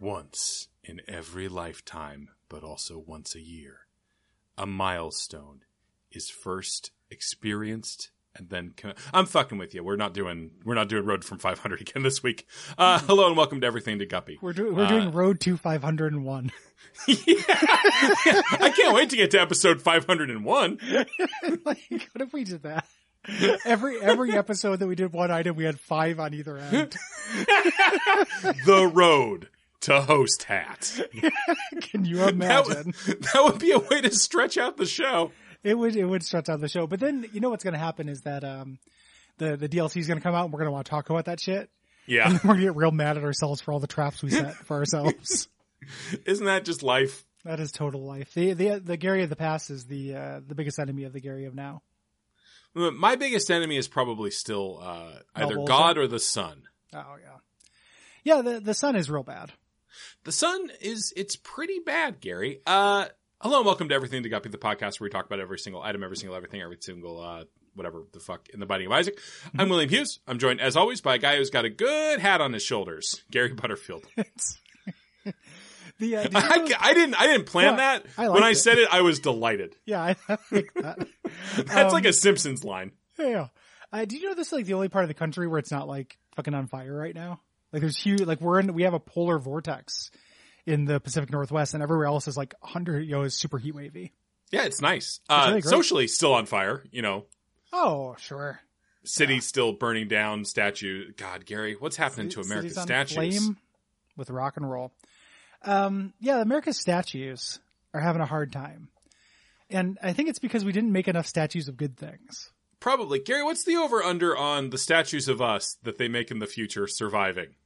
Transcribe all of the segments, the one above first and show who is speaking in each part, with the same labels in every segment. Speaker 1: Once in every lifetime, but also once a year, a milestone is first experienced and then con- I'm fucking with you. We're not doing we're not doing Road from 500 again this week. Uh, hello and welcome to Everything to Guppy.
Speaker 2: We're doing we're
Speaker 1: Uh,
Speaker 2: doing Road to 501.
Speaker 1: I can't wait to get to episode 501.
Speaker 2: like, what if we did that? Every every episode that we did one item, we had five on either end.
Speaker 1: The Road to Host Hat.
Speaker 2: Can you
Speaker 1: That
Speaker 2: imagine?
Speaker 1: would, that would be a way to stretch out the show.
Speaker 2: It would it would stretch out the show. But then you know what's going to happen is that um the the DLC is going to come out, and we're going to want to talk about that shit.
Speaker 1: Yeah.
Speaker 2: We're going to get real mad at ourselves for all the traps we set for ourselves.
Speaker 1: Isn't that just life?
Speaker 2: that is total life. The the the Gary of the past is the uh, the biggest enemy of the Gary of now.
Speaker 1: My biggest enemy is probably still uh, either
Speaker 2: Melbolza.
Speaker 1: God or the sun.
Speaker 2: Oh yeah, yeah. The the sun is real bad.
Speaker 1: The sun is it's pretty bad, Gary. Uh hello and welcome to Everything to Guppy, the podcast where we talk about every single item, every single everything, every single uh whatever the fuck in the biting of Isaac. I'm William Hughes. I'm joined as always by a guy who's got a good hat on his shoulders, Gary Butterfield.
Speaker 2: It's- the uh, did you know-
Speaker 1: I, I didn't I didn't plan
Speaker 2: Yeah,
Speaker 1: that.
Speaker 2: I liked
Speaker 1: when I
Speaker 2: it.
Speaker 1: said it, I was delighted.
Speaker 2: yeah, I, I like that.
Speaker 1: That's
Speaker 2: Um,
Speaker 1: like a Simpsons line.
Speaker 2: Yeah. Uh, do you know this is like the only part of the country where it's not like fucking on fire right now? Like there's huge, like we're in, we have a polar vortex in the Pacific Northwest and everywhere else is like 100, you know, is super heat wavy.
Speaker 1: Yeah, it's nice. Uh
Speaker 2: really great.
Speaker 1: socially still on fire, you know.
Speaker 2: Oh, sure.
Speaker 1: City still burning down, statue. God, Gary, what's happening to
Speaker 2: Cities
Speaker 1: American
Speaker 2: on
Speaker 1: statues?
Speaker 2: Flame with rock and roll. Um, yeah, America's statues are having a hard time. And I think it's because we didn't make enough statues of good things.
Speaker 1: Probably. Gary, what's the over under on the statues of us that they make in the future surviving?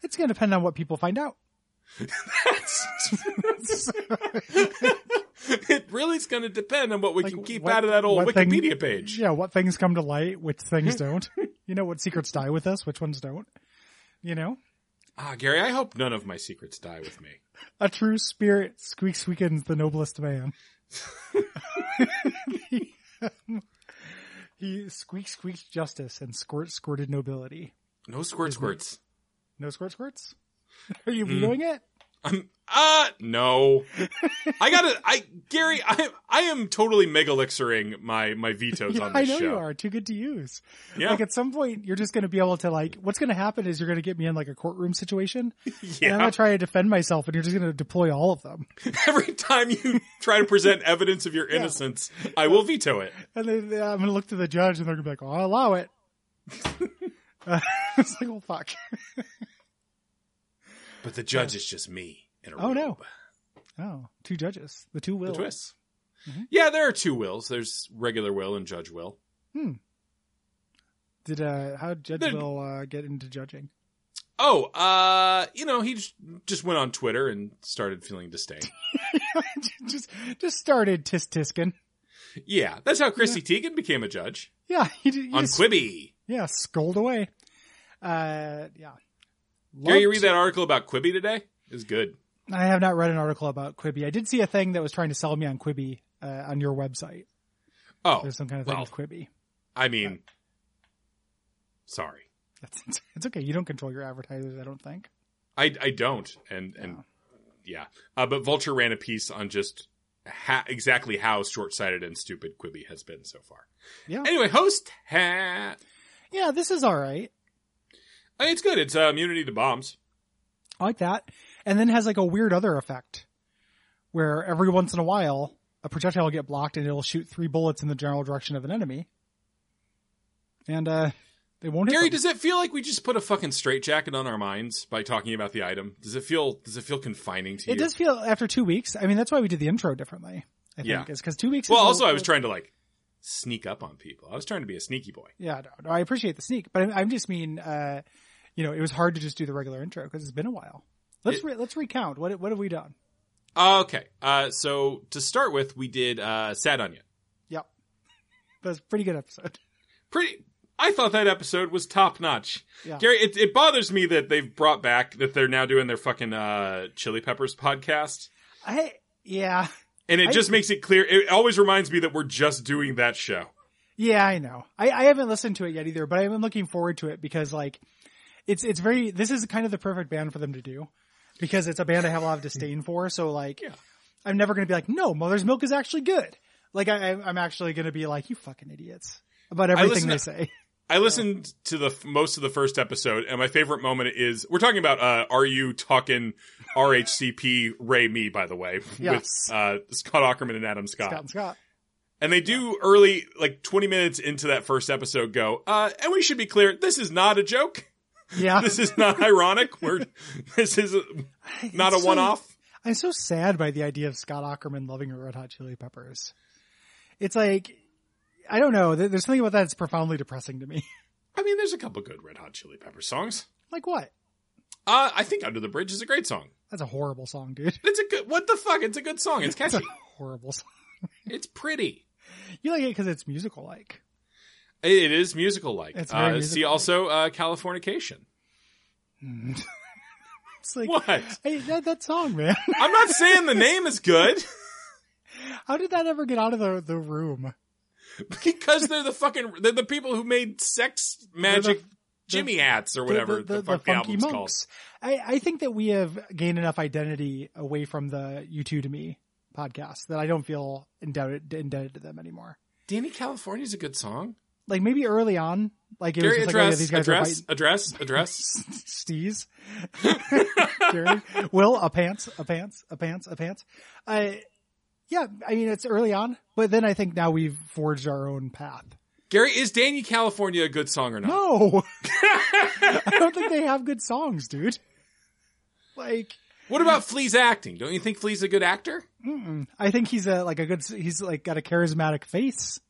Speaker 2: It's going to depend on what people find out.
Speaker 1: it really is going to depend on what we
Speaker 2: Like,
Speaker 1: can keep
Speaker 2: what-
Speaker 1: out of that old
Speaker 2: what thing-
Speaker 1: Wikipedia page.
Speaker 2: Yeah, what things come to light, which things don't. you know what secrets die with us, which ones don't. You know,
Speaker 1: Ah, Gary, I hope none of my secrets die with me.
Speaker 2: a true spirit squeaks weakens the noblest man. he squeaks squeaks justice and squirt squirted nobility.
Speaker 1: No squirt
Speaker 2: Isn't it?
Speaker 1: squirts.
Speaker 2: No squirt squirts. Are you
Speaker 1: Mm.
Speaker 2: doing it?
Speaker 1: I'm uh no. I gotta I Gary, I I am totally megalixering my my vetoes
Speaker 2: Yeah,
Speaker 1: on
Speaker 2: I
Speaker 1: this
Speaker 2: know
Speaker 1: show.
Speaker 2: you are too good to use.
Speaker 1: Yeah.
Speaker 2: Like at some point, you're just going to be able to like. What's going to happen is you're going to get me in like a courtroom situation, and I'm
Speaker 1: yeah.
Speaker 2: going to try to defend myself, and you're just going to deploy all of them.
Speaker 1: Every time you try to present evidence of your innocence, I will veto it.
Speaker 2: And then uh, I'm going to look to the judge and they're going to be like, oh, I'll allow it. uh, it's like, well, fuck.
Speaker 1: But the judge is just me in a
Speaker 2: Oh, no.
Speaker 1: robe.
Speaker 2: Oh, two judges. The two will. Mm-hmm.
Speaker 1: The twists. Yeah, there are two wills. There's regular will and judge will.
Speaker 2: Did, uh, how did Judge
Speaker 1: They're-
Speaker 2: Will uh, get into judging?
Speaker 1: Oh, uh, you know, he j- just went on Twitter and started feeling disdain.
Speaker 2: just, just started tisk tisking.
Speaker 1: yeah, that's how Christy Teigen became a judge
Speaker 2: Yeah. He, did- he
Speaker 1: on
Speaker 2: just,
Speaker 1: Quibi.
Speaker 2: yeah, scold away. Uh, yeah.
Speaker 1: Gary, you
Speaker 2: Loved-
Speaker 1: read that article about Quibi today? It was good.
Speaker 2: I have not read an article about Quibi. I did see a thing that was trying to sell me on Quibi, uh, on your website.
Speaker 1: Oh,
Speaker 2: There's some kind of thing
Speaker 1: well.
Speaker 2: with Quibi.
Speaker 1: I mean, sorry,
Speaker 2: That's, it's okay. You don't control your advertisers, I don't think.
Speaker 1: I I don't, and and yeah, uh, but Vulture ran a piece on just ha- exactly how short sighted and stupid Quibi has been so far.
Speaker 2: Yeah.
Speaker 1: Anyway, host hat.
Speaker 2: Yeah, this is all right.
Speaker 1: I mean, it's good. It's uh, immunity to bombs.
Speaker 2: I like that. And then has like a weird other effect where every once in a while a projectile will get blocked and it'll shoot three bullets in the general direction of an enemy. And uh they won't hit
Speaker 1: Gary,
Speaker 2: them.
Speaker 1: does it feel like we just put a fucking straitjacket on our minds by talking about the item? Does it feel does it feel confining to you?
Speaker 2: It does feel after two weeks. I mean that's why we did the intro differently. I think
Speaker 1: Yeah.
Speaker 2: is because two weeks
Speaker 1: Well,
Speaker 2: is a-
Speaker 1: also I was trying to like sneak up on people. I was trying to be a sneaky boy.
Speaker 2: Yeah, no, no, I appreciate the sneak, but I'm, I'm just mean uh you know, it was hard to just do the regular intro because it's been a while. Let's
Speaker 1: It-
Speaker 2: re- let's recount what what have we done?
Speaker 1: Okay. Uh so to start with, we did uh Sad Onion.
Speaker 2: Yep, that was a pretty good episode.
Speaker 1: Pretty I thought that episode was top notch.
Speaker 2: Yeah.
Speaker 1: Gary, it, it bothers me that they've brought back that they're now doing their fucking uh Chili Peppers podcast.
Speaker 2: I yeah,
Speaker 1: And it
Speaker 2: I-
Speaker 1: just makes it clear it always reminds me that we're just doing that show.
Speaker 2: Yeah, I know. I, I haven't listened to it yet either, but I'm looking forward to it because like it's it's very this is kind of the perfect band for them to do because it's a band I have a lot of disdain for. So like,
Speaker 1: Yeah.
Speaker 2: I'm never going to be like, no, Mother's Milk is actually good. Like I, I- I'm actually going to be like, you fucking idiots about everything
Speaker 1: listen
Speaker 2: they
Speaker 1: to-
Speaker 2: say.
Speaker 1: I listened to the f- most of the first episode, and my favorite moment is we're talking about uh, "Are You Talking RHCP Ray Me?" By the way,
Speaker 2: Yes.
Speaker 1: with uh, Scott Ackerman and Adam Scott,
Speaker 2: Scott and Scott.
Speaker 1: and they do early, like twenty minutes into that first episode, go. Uh, and we should be clear: this is not a joke.
Speaker 2: Yeah.
Speaker 1: This is not ironic. We're this is not a
Speaker 2: It's so-
Speaker 1: one-off.
Speaker 2: I'm so sad by the idea of Scott Ackerman loving Red Hot Chili Peppers. It's like, I don't know. There- There's something about that that's profoundly depressing to me.
Speaker 1: I mean, there's a couple good Red Hot Chili Pepper songs.
Speaker 2: like what?
Speaker 1: Uh, I think "Under the Bridge" is a great song.
Speaker 2: That's a horrible song, dude.
Speaker 1: It's a good. What the fuck? It's a good song. It's
Speaker 2: That's a
Speaker 1: catchy.
Speaker 2: horrible song.
Speaker 1: it's pretty.
Speaker 2: You like it because it's musical like.
Speaker 1: It is musical like.
Speaker 2: It's very
Speaker 1: Uh, see
Speaker 2: musical-like.
Speaker 1: also uh, Californication.
Speaker 2: it's like,
Speaker 1: Hmm. What?
Speaker 2: hey, that, that song, man.
Speaker 1: I'm not saying the name is good
Speaker 2: How did that ever get out of the, the room?
Speaker 1: because they're the fucking they're the people who made sex magic Jimmy hats or
Speaker 2: The-
Speaker 1: whatever the, fuck the, album's called.
Speaker 2: I, I think that we have gained enough identity away from the You Two to Me podcast that I don't feel indebted, indebted to them anymore.
Speaker 1: Danny California's a good song.
Speaker 2: Like maybe early on, like it
Speaker 1: Gary
Speaker 2: was just like, oh, yeah,
Speaker 1: address,
Speaker 2: these guys are
Speaker 1: address,
Speaker 2: fighting
Speaker 1: address, address,
Speaker 2: steez. Gary, Will, a pants, a pants, a pants, a pants. I, yeah, I mean, it's early on, but then I think now we've forged our own path.
Speaker 1: Gary, is Danny California a good song or not?
Speaker 2: No, I don't think they have good songs, dude. Like,
Speaker 1: what about Flea's acting? Don't you think Flea's a good actor?
Speaker 2: Mm-mm. I think he's a like a good. He's like got a charismatic face.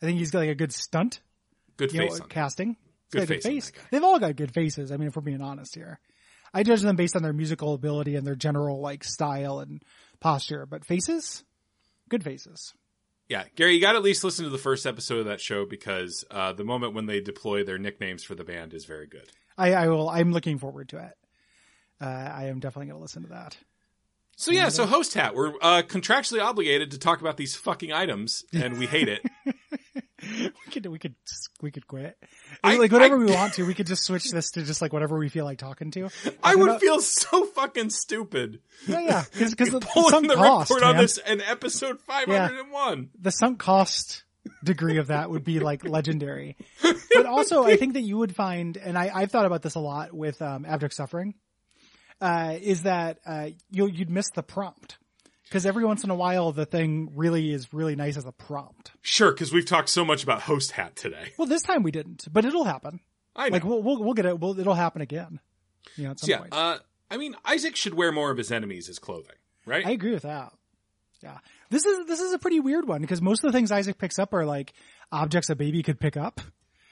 Speaker 2: I think he's got like a good stunt
Speaker 1: Good
Speaker 2: you know,
Speaker 1: face on that.
Speaker 2: casting. He's
Speaker 1: Good
Speaker 2: got a
Speaker 1: face on that guy.
Speaker 2: They've all got good faces. I mean, if we're being honest here, I judge them based on their musical ability and their general like style and posture. But faces, good faces.
Speaker 1: Yeah, Gary, you got to at least listen to the first episode of that show because uh, the moment when they deploy their nicknames for the band is very good.
Speaker 2: I, I will. I'm looking forward to it. Uh, I am definitely going to listen to that.
Speaker 1: So yeah, so host hat, we're uh, contractually obligated to talk about these fucking items, and we hate it.
Speaker 2: we could we could just, we could quit.
Speaker 1: I-
Speaker 2: like whatever
Speaker 1: I-
Speaker 2: we want to, we could just switch this to just like whatever we feel like talking to.
Speaker 1: I would
Speaker 2: about-
Speaker 1: feel so fucking stupid
Speaker 2: Yeah, yeah, because the
Speaker 1: pulling
Speaker 2: sunk
Speaker 1: the
Speaker 2: cost,
Speaker 1: report on
Speaker 2: man.
Speaker 1: this in episode five hundred and one.
Speaker 2: the sunk cost degree of that would be like legendary. But also, I think that you would find, and I, I've thought about this a lot with um, abject suffering, uh, is that uh, you, you'd miss the prompt because every once in a while the thing really is really nice as a prompt.
Speaker 1: Sure, because we've talked so much about host hat today.
Speaker 2: Well, this time we didn't, but it'll happen.
Speaker 1: I know.
Speaker 2: Like we'll we'll, we'll get it. We'll, it'll happen again. You know, at some
Speaker 1: So, yeah,
Speaker 2: point.
Speaker 1: uh, I mean Isaac should wear more of his enemies as clothing, right?
Speaker 2: I agree with that. Yeah. This is this is a pretty weird one because most of the things Isaac picks up are like objects a baby could pick up.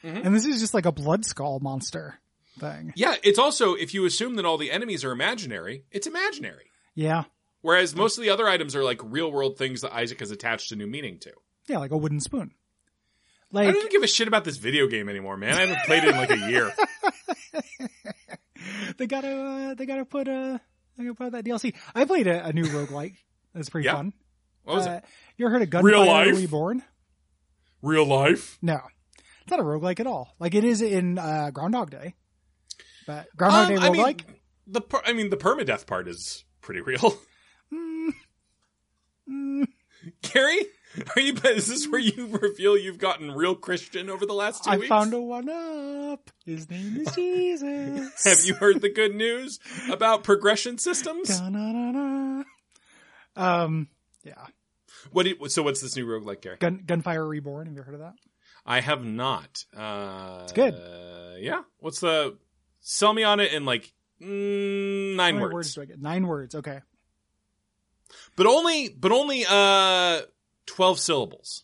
Speaker 1: Mhm.
Speaker 2: And this is just like a blood skull monster thing.
Speaker 1: yeah, it's also if you assume that all the enemies are imaginary, it's imaginary.
Speaker 2: Yeah.
Speaker 1: Whereas most of the other items are like real world things that Isaac has attached a new meaning to.
Speaker 2: Yeah, like a wooden spoon.
Speaker 1: I
Speaker 2: Like
Speaker 1: don't even give a shit about this video game anymore, man. I haven't played it in like a year.
Speaker 2: they got to uh, they got to put uh they got to put out that DLC. I played a, a new roguelike. That's pretty
Speaker 1: Yeah.
Speaker 2: fun.
Speaker 1: What was
Speaker 2: uh,
Speaker 1: it?
Speaker 2: You ever heard of Gunfire
Speaker 1: Real life?
Speaker 2: Reborn?
Speaker 1: Real life?
Speaker 2: No. It's not a roguelike at all. Like it is in uh Groundhog Day. But Groundhog Day
Speaker 1: Um, I
Speaker 2: roguelike?
Speaker 1: mean, the per- I mean, the permadeath part is pretty real.
Speaker 2: Mm. Mm.
Speaker 1: Gary, are you? Is this where you reveal you've gotten real Christian over the last two
Speaker 2: I
Speaker 1: weeks?
Speaker 2: found a one up. His name is Jesus.
Speaker 1: Have you heard the good news about progression systems?
Speaker 2: Da-na-na-na. Um, yeah.
Speaker 1: What? do you- so what's this new roguelike, Gary?
Speaker 2: Gun, Gunfire Reborn. Have you heard of that?
Speaker 1: I have not. Uh, it's
Speaker 2: good.
Speaker 1: Uh, yeah. What's the? Sell me on it in like mm,
Speaker 2: How
Speaker 1: nine
Speaker 2: many
Speaker 1: words.
Speaker 2: do I get? Nine words. Okay.
Speaker 1: but only but only uh 12 syllables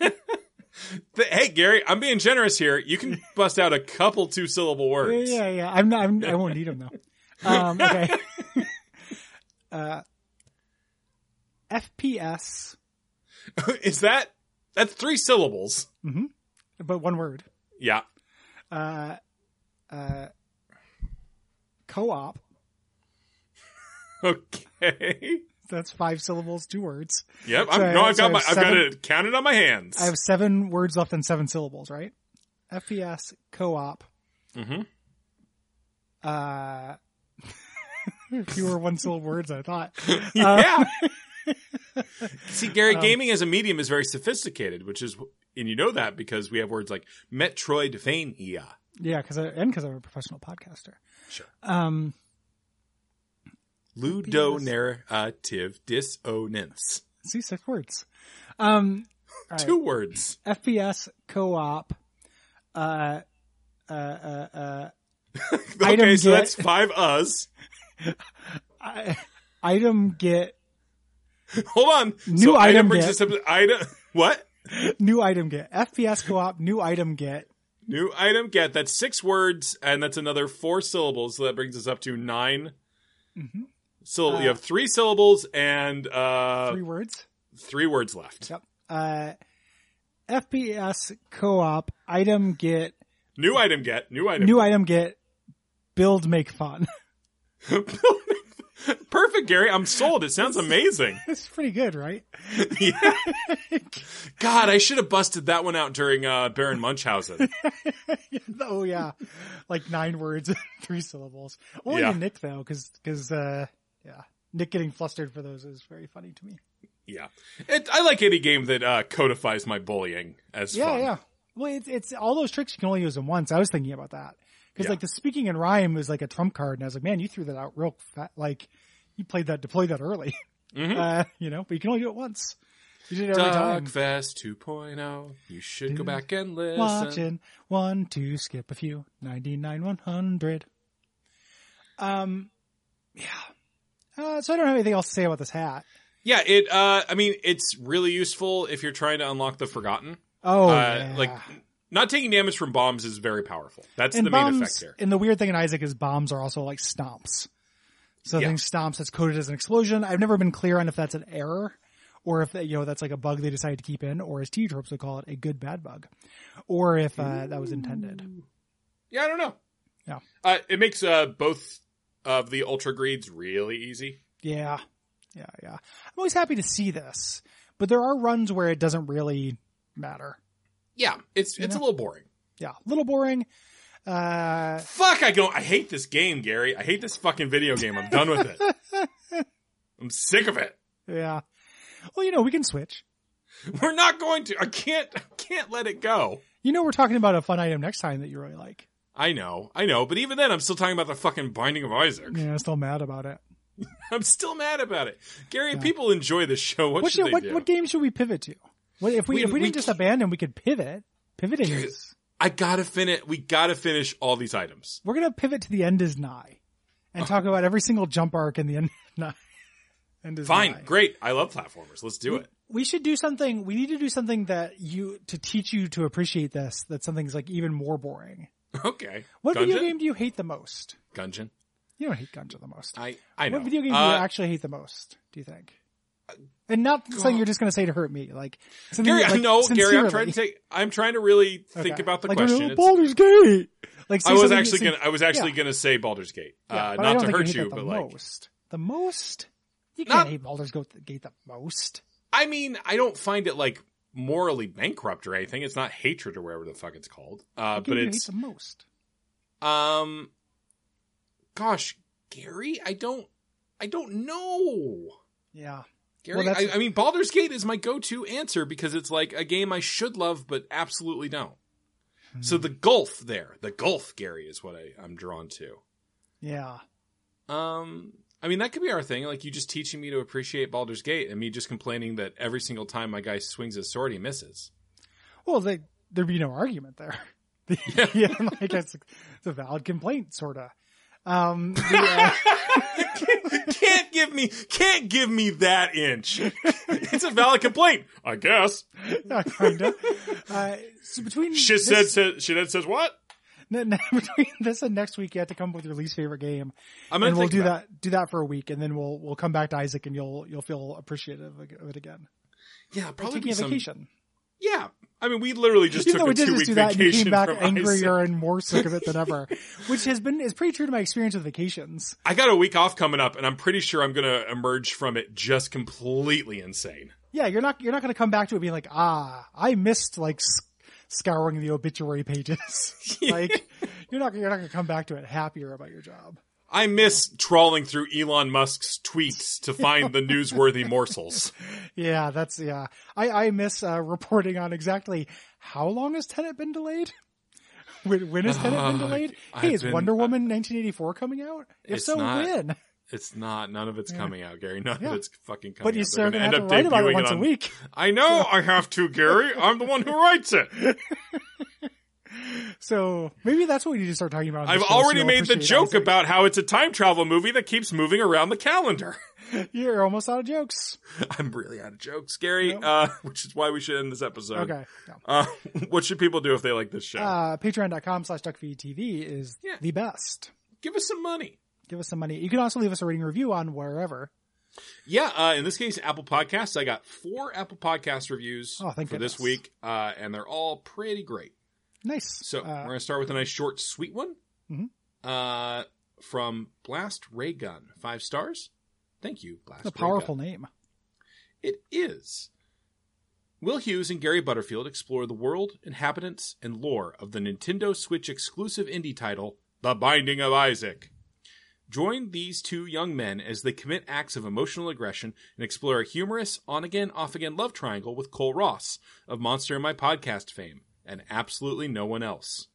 Speaker 1: The- hey gary i'm being generous here you can bust out a couple two syllable words
Speaker 2: Yeah, yeah, yeah. I'm not, I'm, I won't need them though. Um, okay. uh, FPS,
Speaker 1: is that that's three syllables
Speaker 2: but one word.
Speaker 1: yeah
Speaker 2: Uh, uh, co-op.
Speaker 1: okay
Speaker 2: That's five syllables, two words.
Speaker 1: yep
Speaker 2: So
Speaker 1: i'm
Speaker 2: I-
Speaker 1: no i've
Speaker 2: so I
Speaker 1: got my
Speaker 2: have
Speaker 1: i've got
Speaker 2: seven-
Speaker 1: it counted on my hands
Speaker 2: I have seven
Speaker 1: Mm-hmm.
Speaker 2: words left and seven syllables, right? FPS, co-op,
Speaker 1: Mhm.
Speaker 2: Uh, fewer one syllable words than I thought.
Speaker 1: yeah. See, Gary,
Speaker 2: Um,
Speaker 1: gaming as a medium is very sophisticated, which is, and you know that because we have words like Metroid Metroidvania.
Speaker 2: Yeah, because I, and because I'm a professional podcaster.
Speaker 1: Sure.
Speaker 2: Um,
Speaker 1: Ludonarrative dissonance.
Speaker 2: see six words. Um, all right.
Speaker 1: Two words.
Speaker 2: FPS co-op. Uh, uh, uh, uh,
Speaker 1: okay,
Speaker 2: Item
Speaker 1: so
Speaker 2: get-
Speaker 1: that's five us.
Speaker 2: I, item get
Speaker 1: Hold on.
Speaker 2: New
Speaker 1: so
Speaker 2: item
Speaker 1: brings
Speaker 2: get.
Speaker 1: us up. Item. What?
Speaker 2: new item get FPS co-op new item get
Speaker 1: New item get. That's six words, and that's another four syllables. So that brings us up to nine.
Speaker 2: Mhm.
Speaker 1: syllable.
Speaker 2: Uh,
Speaker 1: you have three syllables and uh,
Speaker 2: three
Speaker 1: three.
Speaker 2: words.
Speaker 1: words left.
Speaker 2: Yep. Uh, FPS co-op item get
Speaker 1: New item get. New item.
Speaker 2: new item get build make fun.
Speaker 1: Perfect, Gary. I'm sold. It sounds amazing.
Speaker 2: it's pretty good, right?
Speaker 1: Yeah. God, I should have busted that one out during uh, Baron Munchausen.
Speaker 2: oh yeah, like nine words, three syllables. Only
Speaker 1: Yeah.
Speaker 2: to Nick though, because uh, yeah, Nick getting flustered for those is very funny to me.
Speaker 1: Yeah, it, I like any game that uh, codifies my bullying as
Speaker 2: yeah,
Speaker 1: fun.
Speaker 2: yeah. Well, it's it's all those tricks you can only use them once. I was thinking about that because
Speaker 1: Yeah.
Speaker 2: like the speaking in rhyme was like a trump card, and I was like, man, you threw that out real fat. Like you played that, deployed that early,
Speaker 1: Mhm.
Speaker 2: uh, you know. But you can only do it once. You did it every time. Mm.
Speaker 1: Dog Fest 2.0. oh. You should go
Speaker 2: Dude.
Speaker 1: back and listen.
Speaker 2: Watching one, two, skip a few, ninety nine, one hundred. Um, yeah. Uh, so I don't have anything else to say about this hat.
Speaker 1: Yeah, it. Uh, I mean, it's really useful if you're trying to unlock the Forgotten.
Speaker 2: Oh,
Speaker 1: uh,
Speaker 2: yeah.
Speaker 1: Like not taking damage from bombs is very powerful. That's
Speaker 2: and
Speaker 1: the
Speaker 2: bombs.
Speaker 1: main effect here.
Speaker 2: And the weird thing in Isaac is bombs are also like stomps. So
Speaker 1: Yeah.
Speaker 2: things stomps that's coded as an explosion. I've never been clear on if that's an error or if that, you know that's like a bug they decided to keep in, or as T tropes would call it, a good bad bug, or if uh, that was intended.
Speaker 1: Yeah, I don't know.
Speaker 2: Yeah.
Speaker 1: uh, it makes uh, both of the ultra greeds really easy.
Speaker 2: Yeah, yeah, yeah. I'm always happy to see this, but there are runs where it doesn't really matter.
Speaker 1: Yeah, it's
Speaker 2: You
Speaker 1: it's
Speaker 2: know?
Speaker 1: a little boring.
Speaker 2: Yeah, a little boring. Uh,
Speaker 1: Fuck, I go. I hate this game, Gary. I hate this fucking video game. I'm done with it. I'm sick of it.
Speaker 2: yeah. Well, you know we can switch.
Speaker 1: We're not going to. I can't. I can't let it go.
Speaker 2: You know we're talking about a fun item next time that you really like.
Speaker 1: I know, I know, but even then, I'm still talking about the fucking Binding of Isaac.
Speaker 2: Yeah, I'm still mad about it.
Speaker 1: I'm still mad about it, Gary.
Speaker 2: Yeah.
Speaker 1: People enjoy this show. What,
Speaker 2: what
Speaker 1: should
Speaker 2: should,
Speaker 1: they
Speaker 2: what,
Speaker 1: do?
Speaker 2: what game should we pivot to? What if we,
Speaker 1: We-
Speaker 2: if we,
Speaker 1: we
Speaker 2: didn't just
Speaker 1: ca-
Speaker 2: abandon, we could pivot. Pivoting
Speaker 1: Dude.
Speaker 2: is
Speaker 1: I gotta finish. We gotta finish all these items.
Speaker 2: we're gonna pivot to the end is nigh, and talk about every single jump arc in the end is nigh. End is
Speaker 1: Fine,
Speaker 2: nigh.
Speaker 1: great. I love platformers. Let's do it.
Speaker 2: We should do something. We need to do something that you to teach you to appreciate this. That something's like even more boring.
Speaker 1: Okay.
Speaker 2: What
Speaker 1: Gungeon?
Speaker 2: video game do you hate the most?
Speaker 1: Gungeon.
Speaker 2: You don't hate Gunja the most.
Speaker 1: I I know.
Speaker 2: What video game do you
Speaker 1: Uh,
Speaker 2: actually hate the most? Do you think? And not something you're just gonna say to hurt me, like something
Speaker 1: Gary,
Speaker 2: like,
Speaker 1: no, Gary. I'm
Speaker 2: sincerely.
Speaker 1: trying to take. I'm trying to really think
Speaker 2: Okay.
Speaker 1: about the
Speaker 2: like,
Speaker 1: question.
Speaker 2: Oh,
Speaker 1: It's-
Speaker 2: Baldur's Gate. Like, say
Speaker 1: I was
Speaker 2: something-
Speaker 1: actually
Speaker 2: say-
Speaker 1: gonna. I was actually
Speaker 2: yeah.
Speaker 1: gonna say Baldur's Gate.
Speaker 2: Yeah,
Speaker 1: uh,
Speaker 2: but
Speaker 1: not
Speaker 2: I don't
Speaker 1: to
Speaker 2: think
Speaker 1: hurt
Speaker 2: hate that
Speaker 1: you,
Speaker 2: the
Speaker 1: but like,
Speaker 2: most. the most. You
Speaker 1: Not-
Speaker 2: can't hate Baldur's Goat- Gate the most.
Speaker 1: I mean, I don't find it like morally bankrupt or anything. It's not hatred or whatever the fuck it's called. Uh,
Speaker 2: What game
Speaker 1: but
Speaker 2: do you
Speaker 1: it's
Speaker 2: hate the most.
Speaker 1: um, gosh, Gary, I don't, I don't know.
Speaker 2: Yeah,
Speaker 1: Gary,
Speaker 2: that's-
Speaker 1: I, I mean, Baldur's Gate is my go-to answer because it's like a game I should love, but absolutely don't. So the gulf there, the gulf, Gary, is what I, I'm drawn to.
Speaker 2: yeah,
Speaker 1: Um, I mean, that could be our thing. Like you just teaching me to appreciate Baldur's Gate and me just complaining that every single time my guy swings his sword, he misses.
Speaker 2: well, they, there'd be no argument there.
Speaker 1: Yeah.
Speaker 2: yeah, like it's, it's a valid complaint, sorta. Um, the, uh,
Speaker 1: can't give me can't give me that inch. It's a valid complaint, I guess.
Speaker 2: yeah, kinda. Uh, so between
Speaker 1: Shit
Speaker 2: this-
Speaker 1: said says shit says what?
Speaker 2: n- n- between this and next week, you have to come up with your least favorite game,
Speaker 1: I'm gonna
Speaker 2: and we'll
Speaker 1: think
Speaker 2: do
Speaker 1: about
Speaker 2: that. Do that for a week, and then we'll we'll come back to Isaac, and you'll you'll feel appreciative of it again.
Speaker 1: it. Yeah,
Speaker 2: Probably
Speaker 1: probably
Speaker 2: taking
Speaker 1: be
Speaker 2: a
Speaker 1: some,
Speaker 2: vacation.
Speaker 1: Yeah, I mean, we literally just
Speaker 2: Even though
Speaker 1: took
Speaker 2: we
Speaker 1: a
Speaker 2: did
Speaker 1: two
Speaker 2: just
Speaker 1: week
Speaker 2: do that, and you
Speaker 1: vacation
Speaker 2: came back
Speaker 1: from Isaac.
Speaker 2: angrier and more sick of it than ever, which has been is pretty true to my experience with vacations.
Speaker 1: I got a week off coming up, and I'm pretty sure I'm gonna emerge from it just completely insane.
Speaker 2: Yeah, you're not you're not going to come back to it being like, ah, I missed like sc- scouring the obituary pages. like You're not you're not gonna come back to it happier about your job.
Speaker 1: I miss trawling through Elon Musk's tweets to find the newsworthy morsels.
Speaker 2: Yeah, that's yeah. I I miss uh, reporting on exactly how long has Tenet been delayed. When, when has Tenet been
Speaker 1: Ugh,
Speaker 2: delayed?
Speaker 1: I've
Speaker 2: Hey, is
Speaker 1: been- uh,
Speaker 2: Wonder Woman 1984 coming out? If
Speaker 1: It's
Speaker 2: so,
Speaker 1: not Oh,
Speaker 2: when?
Speaker 1: It's not. None of it's
Speaker 2: Yeah.
Speaker 1: coming out, Gary. None
Speaker 2: Yeah.
Speaker 1: of it's fucking coming
Speaker 2: But
Speaker 1: out.
Speaker 2: you still
Speaker 1: They're
Speaker 2: gonna
Speaker 1: gonna
Speaker 2: have to write about it
Speaker 1: debuting
Speaker 2: once a
Speaker 1: on-
Speaker 2: week.
Speaker 1: I know I have to, Gary. I'm the one who writes it.
Speaker 2: So maybe that's what we need to start talking about. on
Speaker 1: I've
Speaker 2: this show, so
Speaker 1: already
Speaker 2: you'll
Speaker 1: made the
Speaker 2: appreciate
Speaker 1: joke
Speaker 2: Isaac.
Speaker 1: about how it's a time travel movie that keeps moving around the calendar.
Speaker 2: You're almost out of jokes.
Speaker 1: I'm really out of jokes, Gary,
Speaker 2: Nope.
Speaker 1: uh, which is why we should end this episode.
Speaker 2: Okay. No.
Speaker 1: Uh, what should people do if they like this show?
Speaker 2: Uh, Patreon.com slash DuckFeedTV is
Speaker 1: Yeah.
Speaker 2: the best.
Speaker 1: Give us some money.
Speaker 2: Give us some money. You can also leave us a rating review on wherever.
Speaker 1: Yeah, uh, in this case, Apple Podcasts. I got four Apple Podcast reviews
Speaker 2: Oh,
Speaker 1: for
Speaker 2: thank goodness.
Speaker 1: this week, uh, and they're all pretty great.
Speaker 2: Nice.
Speaker 1: So we're
Speaker 2: uh,
Speaker 1: going to start with a nice, short, sweet one
Speaker 2: Mhm.
Speaker 1: uh, from Blast Ray Gun. Five stars. Thank you, Blast
Speaker 2: a
Speaker 1: Ray Gun.
Speaker 2: powerful name.
Speaker 1: It is. Will Hughes and Gary Butterfield explore the world, inhabitants, and lore of the Nintendo Switch exclusive indie title, The Binding of Isaac. Join these two young men as they commit acts of emotional aggression and explore a humorous on again, off again love triangle with Cole Ross of Monster in My Podcast fame and absolutely no one else.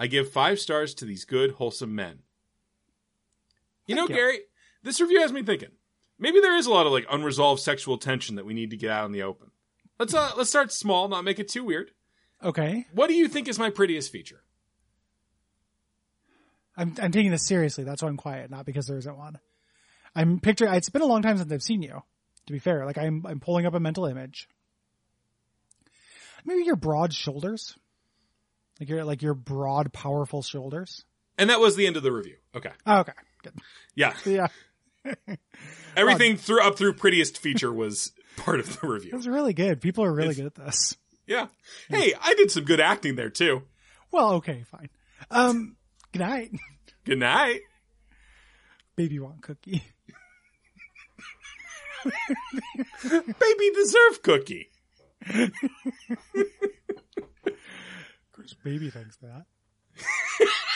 Speaker 1: I give five stars to these good, wholesome men. You
Speaker 2: Thank
Speaker 1: know,
Speaker 2: you.
Speaker 1: Gary, this review has me thinking. Maybe there is a lot of like unresolved sexual tension that we need to get out in the open. Let's uh, let's start small, not make it too weird.
Speaker 2: Okay.
Speaker 1: What do you think is my prettiest feature?
Speaker 2: I'm, I'm taking this seriously. That's why I'm quiet, not because there isn't one. I'm picturing, it's been a long time since I've seen you, to be fair. Like I'm, I'm pulling up a mental image. Maybe your broad shoulders. Like your, like your broad, powerful shoulders.
Speaker 1: And that was the end of the review. Okay,
Speaker 2: Oh, okay. Good.
Speaker 1: yeah,
Speaker 2: Yeah.
Speaker 1: everything through up through prettiest feature was part of the review.
Speaker 2: That's really good. People are really
Speaker 1: It's-
Speaker 2: good at this.
Speaker 1: Yeah. Hey, I did some good acting there too.
Speaker 2: Well, okay, fine. Um, good night,
Speaker 1: Good night.
Speaker 2: baby. Want cookie?
Speaker 1: Baby deserve cookie.
Speaker 2: Of course, baby thinks that.